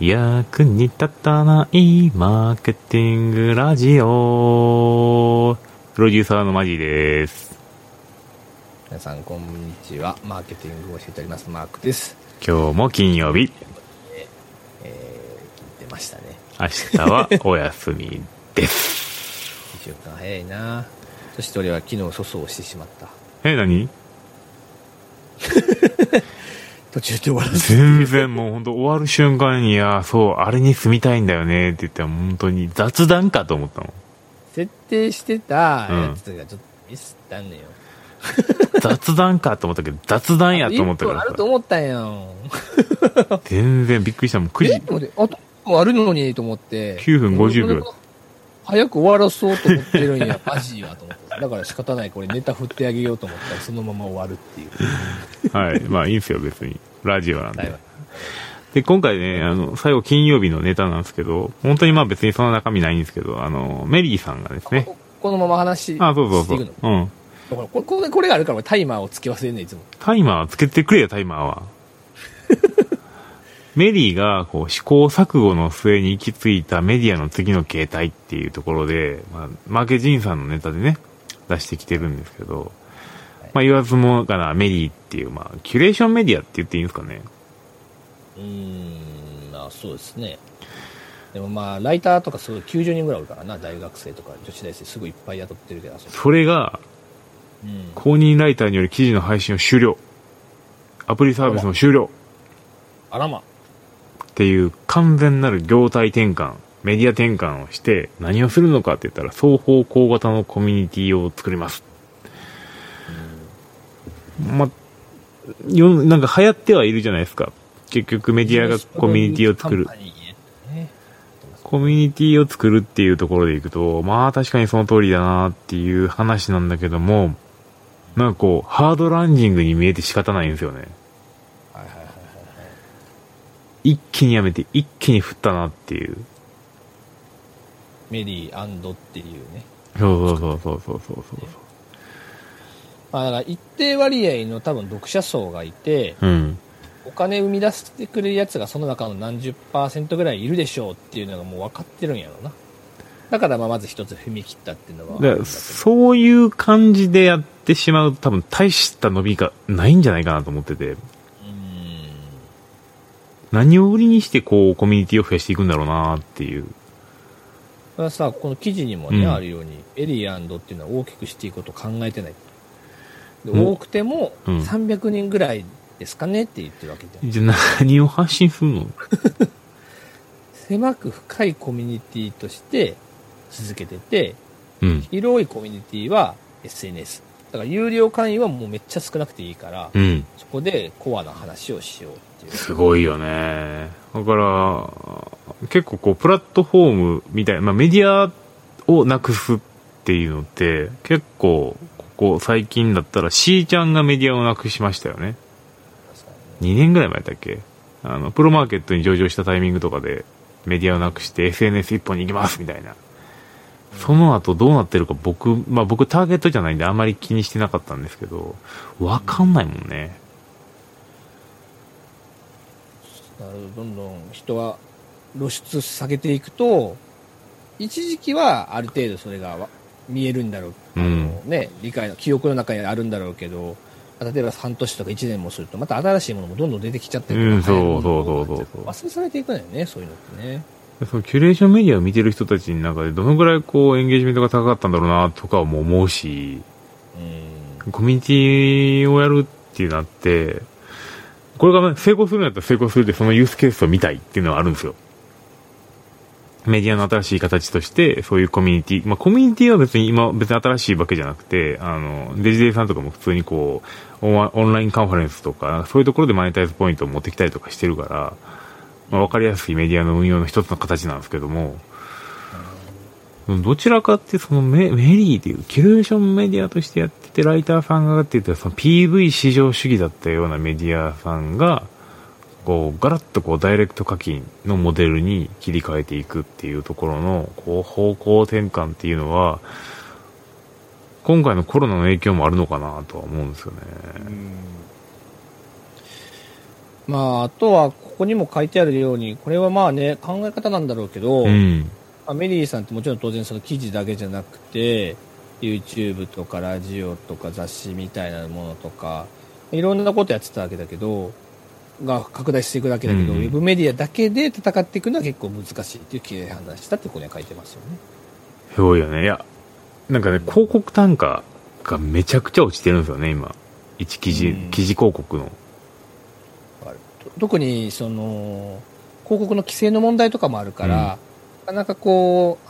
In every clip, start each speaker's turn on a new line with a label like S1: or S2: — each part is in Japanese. S1: 役に立たないマーケティングラジオ。プロデューサーのマジーです。
S2: 皆さんこんにちはマーケティングを教えておりますマークです、
S1: 今日も金曜日。
S2: えー、聞いてましたね
S1: 明日はお休みです。
S2: 1週間早いなそして俺は昨日粗相をしてしまった
S1: え、何
S2: 途中で終わら ず
S1: 全然もう本当終わる瞬間に、いや、そう、あれに住みたいんだよねって言ったら本当に雑談かと思ったの。
S2: 設定してたやつがちょっとミスったんだよ、
S1: 雑談かと思ったけど、雑談やと思ったか
S2: 1
S1: ら
S2: 分あ
S1: さ
S2: ると。思ったんよ
S1: 全然びっくりしたもん。9時
S2: えっ、と思ってあともあるのにと思って
S1: 9分50秒
S2: 早く終わらそうと思ってるんや マジやと思ってだから仕方ないこれネタ振ってあげようと思ったらそのまま終わるっていう
S1: はい。まあいいんすよ、別に。ラジオなん
S2: だいぶ
S1: で。で、今回ね、あの、最後金曜日のネタなんですけど、本当にまあ別にその中身ないんですけど、あの、メリーさんがですね。
S2: ここのまま話していくの
S1: あ、そうそうそう。うん。
S2: だからこれこれこれがあるから俺タイマーをつけ忘れんねんいつも
S1: タイマーつけてくれよ、タイマー は。メリーが、こう、試行錯誤の末に行き着いたメディアの次の形態っていうところで、まあ、マーケジンさんのネタでね、出してきてるんですけど、まあ、言わずもがな、メリーっていう、まあ、キュレーションメディアって言っていいんですかね。
S2: うーんまあそうですねでもまあライターとかすごい90人ぐらいおるからな大学生とか女子大生すごいいっぱい雇ってるけどあそこ
S1: それが、
S2: うん
S1: 公認ライターによる記事の配信を終了。アプリサービスも終了。
S2: あらま
S1: っていう完全なる業態転換、メディア転換をして何をするのかって言ったら双方向型のコミュニティを作ります。ま、よなんか流行ってはいるじゃないですか。結局メディアがコミュニティを作る
S2: カン。パニーね
S1: コミュニティを作るっていうところでいくと、まあ確かにその通りだなっていう話なんだけども、なんかこう、ハードランディングに見えて仕方ないんですよね。
S2: はいはいはいはい
S1: 一気にやめて一気に振ったなっていう。
S2: メリーっていうね
S1: そうそうそうそうそうそう
S2: まあだから一定割合の多分読者層がいて
S1: そう。うん。
S2: お金生み出してくれるやつがその中の何十パーセントぐらいいるでしょうっていうのがもう分かってるんやろなだからまあまず一つ踏み切ったっていうのは分かるん
S1: で
S2: だけど
S1: そういう感じでやってしまうと多分大した伸びがないんじゃないかなと思ってて、
S2: うーん
S1: 何を売りにしてこうコミュニティを増やしていくんだろうなっていう。
S2: これはさこの記事にもね、
S1: うん
S2: あるようにエリアンドっていうのは大きくしていくことを考えてないで
S1: うん
S2: 多くても
S1: うん
S2: 300人ぐらいですかねって言ってるわけじゃ
S1: じ
S2: ん、
S1: ゃあ何を発信するの
S2: 狭く深いコミュニティとして続けてて
S1: うん。
S2: 広いコミュニティは SNS だから有料会員はもうめっちゃ少なくていいから、
S1: うん。
S2: そこでコアな話をしようっていう
S1: すごいよね。だから、結構こう、プラットフォームみたいな、まあ、メディアをなくすっていうのって、結構、ここ最近だったら、しーちゃんがメディアをなくしましたよね。2年ぐらい前だっけあの、プロマーケットに上場したタイミングとかで、メディアをなくして SNS 一本に行きますみたいな。その後どうなってるか僕、まあ僕ターゲットじゃないんであんまり気にしてなかったんですけど、わかんないもんね。
S2: なるほどどんどん人は露出下げていくと一時期はある程度それがわ見えるんだろう、あのね、理解の記憶の中にあるんだろうけど例えば半年とか1年もするとまた新しいものもどんどん出てきちゃったりとか、
S1: うんそうそうそうそうそう
S2: 忘れされていくのよねそういうのってね
S1: そのキュレーションメディアを見てる人たちの中でどのぐらいこうエンゲージメントが高かったんだろうなとかも思うし、
S2: うん
S1: コミュニティをやるってなって、これがね成功するんだったら成功するでそのユースケースを見たいっていうのはあるんですよ。メディアの新しい形として、そういうコミュニティ。まあ、コミュニティは別に今、別に新しいわけじゃなくて、あの、デジデルさんとかも普通にこう、オンワオンラインカンファレンスとか、そういうところでマネタイズポイントを持ってきたりとかしてるから、まあ、わかりやすいメディアの運用の一つの形なんですけども、どちらかってそのメメリーという、キュレーションメディアとしてやってて、ライターさんがって言ったら、その PV 至上主義だったようなメディアさんが、こう、ガラッとこう、ダイレクト課金のモデルに切り替えていくっていうところの、こう、方向転換っていうのは、今回のコロナの影響もあるのかなとは思うんですよね。
S2: まあ、あとは、ここにも書いてあるように、これはまあね、考え方なんだろうけど、
S1: うん。
S2: まあメリーさんってもちろん当然その記事だけじゃなくて、YouTube とかラジオとか雑誌みたいなものとか、いろんなことやってたわけだけど、が拡大していくだけだけど、
S1: うん
S2: ウェブメディアだけで戦っていくのは結構難しいっていう経営判断したってここには書いてますよね。
S1: すごいよね。いや、なんかね、広告単価がめちゃくちゃ落ちてるんですよね、今。一記事、
S2: うん
S1: 記事広告の。
S2: と特に、その、広告の規制の問題とかもあるから、なかなかこう、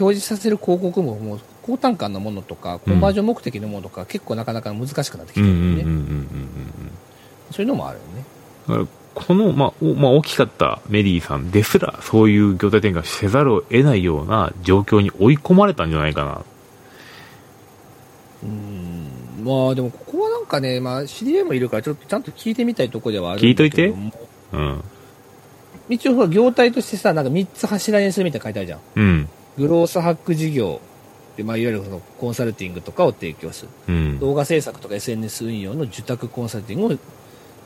S2: 表示させる広告ももう高単価のものとか、コンバージョン目的のものとか、結構なかなか難しくなってきて
S1: うん
S2: る
S1: うん
S2: よね。
S1: うんうんうん
S2: そういうのもあるよね。
S1: うんうん。だからこの、まあ、おまあ、大きかったメリーさんですら、そういう業態転換せざるを得ないような状況に追い込まれたんじゃないかな。
S2: うーんまあでもここはなんかね、まあ、知り合いもいるからちょっとちゃんと聞いてみたいとこではあるんだけども
S1: うん。
S2: 一応ほら業態としてさなんか3つ柱にするみたいな書いてあるじゃん
S1: うん。
S2: グロースハック事業で、まあ、いわゆるそのコンサルティングとかを提供する
S1: うん。
S2: 動画制作とか SNS 運用の受託コンサルティングを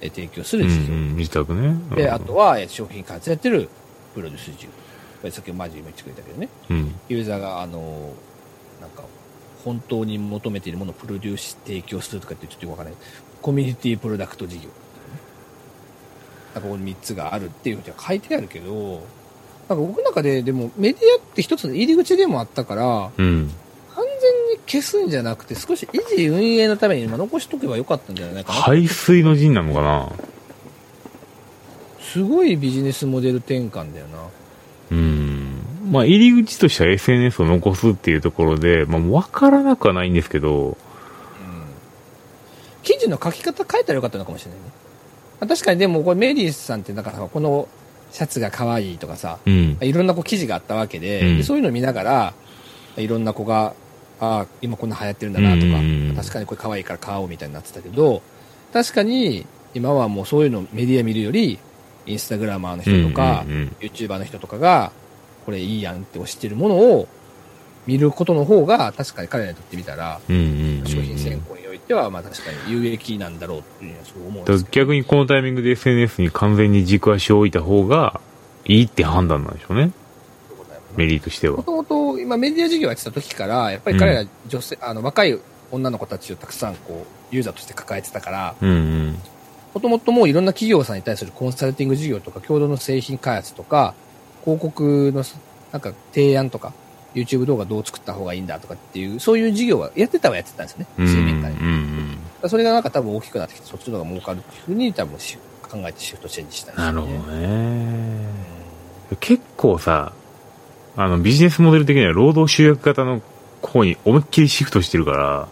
S2: え提供す
S1: うんう
S2: る事業、
S1: ん、自宅ね。うん
S2: であと、はえ商品開発やってるプロデュース事業これさっきマジで今言ってくれたけどね
S1: うん。
S2: ユーザーが、あの、なんか、本当に求めているものをプロデュースし、提供するとかってちょっとよくわかんない。コミュニティプロダクト事業。なんかここに3つがあるっていうふうには書いてあるけど、なんか僕の中で、でもメディアって一つの入り口でもあったから、
S1: うん。
S2: 完全に消すんじゃなくて、少し維持運営のために今残しとけばよかったんじゃないかな。
S1: 排水の陣なのかな
S2: すごいビジネスモデル転換だよな。
S1: うん。まあ、入り口としては SNS を残すっていうところで、まあ、わからなくはないんですけど、
S2: うん記事の書き方変えたらよかったのかもしれないね。まあ確かにでもこれメリーさんってなんかさこのシャツが可愛いとかさ、
S1: うん。
S2: いろんなこう記事があったわけで,
S1: う
S2: で、
S1: ん
S2: そういうのを見ながら、いろんな子が、ああ、今こんな流行ってるんだなとか、
S1: うんうんうん
S2: 確かにこれ可愛いから買おうみたいになってたけど、確かに今はもうそういうのメディア見るより、インスタグラマーの人とか、
S1: うんうんうん
S2: ユーチューバーの人とかが、これいいやんって推してるものを見ることの方が、確かに彼らにとってみたら、
S1: うんうんうん
S2: 商品選考においては、まあ確かに有益なんだろうっていうのはそう思う
S1: だ
S2: んで
S1: から
S2: すけど。
S1: 逆にこのタイミングで SNS に完全に軸足を置いた方がいいって判断なんでしょうね。メリーとしては
S2: も。ともと今メディア事業やってた時から、やっぱり彼ら女性、あの若い女の子たちをたくさんこうユーザーとして抱えてたから、
S1: うんうん。
S2: もともともういろんな企業さんに対するコンサルティング事業とか、共同の製品開発とか、広告のなんか提案とか、YouTube 動画どう作った方がいいんだとかっていう、そういう事業はやってたはやってたんですよね、
S1: うん
S2: 水面下に。だ
S1: うんうん。
S2: からそれがなんか多分大きくなってきて、そっちの方が儲かるっていうふうに多分し考えてシフトチェンジしたんです
S1: な
S2: よ
S1: るほ
S2: ね。
S1: どね。結構さ、あの、ビジネスモデル的には労働集約型の方に思いっきりシフトしてるから、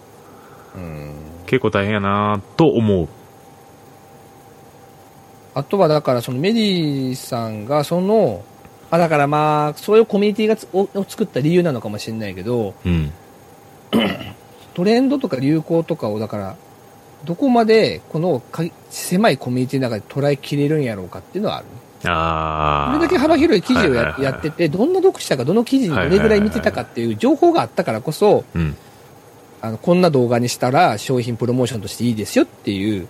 S2: うん
S1: 結構大変やなと思う。
S2: あとはだからそのメリーさんがその、あだからまあ、そういうコミュニティがつをを作った理由なのかもしれないけど、
S1: うん。
S2: トレンドとか流行とかをだから、どこまでこのか狭いコミュニティの中で捉えきれるんやろうかっていうのはある。こ
S1: ああ。
S2: れだけ幅広い記事
S1: は
S2: を
S1: い
S2: や
S1: はいはい
S2: やってて、どんな読者がどの記事にどれぐらい見てたかっていう情報があったからこそ、
S1: うん。
S2: あのこんな動画にしたら商品プロモーションとしていいですよっていう、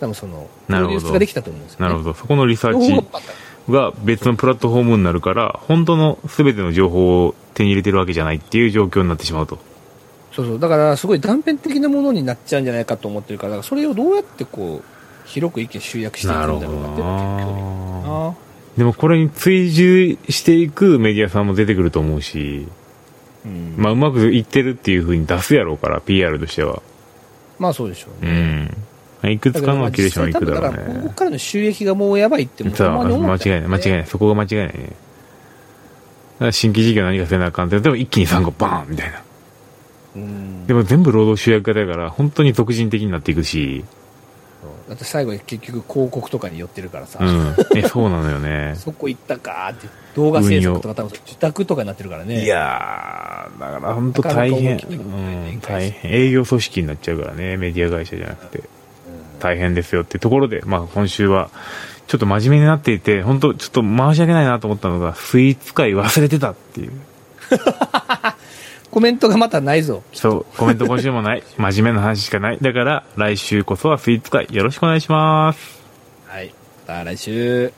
S2: 多分その、プ
S1: なる
S2: ロ
S1: ほ
S2: デ
S1: ど
S2: ュースができたと思うんですよ、ね。
S1: なるほど。そこのリサ
S2: 情報が多
S1: ー
S2: かった。
S1: チが別のプラットフォームになるから、本当の全ての情報を手に入れてるわけじゃないっていう状況になってしまうと。
S2: そうそう、だからすごい断片的なものになっちゃうんじゃないかと思ってるから、だからそれをどうやってこう、広く意見集約していくんだろうかっていうのが興味ある
S1: な
S2: な。
S1: でもこれに追従していくメディアさんも出てくると思うし、
S2: うんま
S1: まあうまくいってるっていう風に出すやろうから、PR としては。
S2: あそうでしょう
S1: う
S2: ね。
S1: ん。いくつかのキュレーションはいくだろう
S2: 実際多分だからここ
S1: ね。
S2: からの収益がもうやばいって、もう
S1: そう、
S2: ほんまに思
S1: 間
S2: うんだよ
S1: 違いない、間違いない。そこが間違いないね。だから新規事業何かせなあかんって、でも一気に3個バーンみたいな。
S2: うん
S1: でも全部労働集約型だから、本当に俗人的になっていくし、
S2: だって最後に結局広告とかに寄ってるからさ、
S1: うん。え、そうなのよね。
S2: そこ行ったかーって、動画制作とか多分自宅とかになってるから ね。
S1: いやー、だから本当大変。
S2: なかなか大きく
S1: うん、大変。営業組織になっちゃうからね、メディア会社じゃなくて。大変ですよってところで、まあ今週は、ちょっと真面目になっていて、本当ちょっと申し訳ないなと思ったのが、スイーツ会忘れてたっていう。
S2: コメントがまたないぞ。
S1: そう、コメント今週 もない。真面目な話しかない。だから、来週こそはスイーツ会よろしくお願いします。
S2: はい。また来週。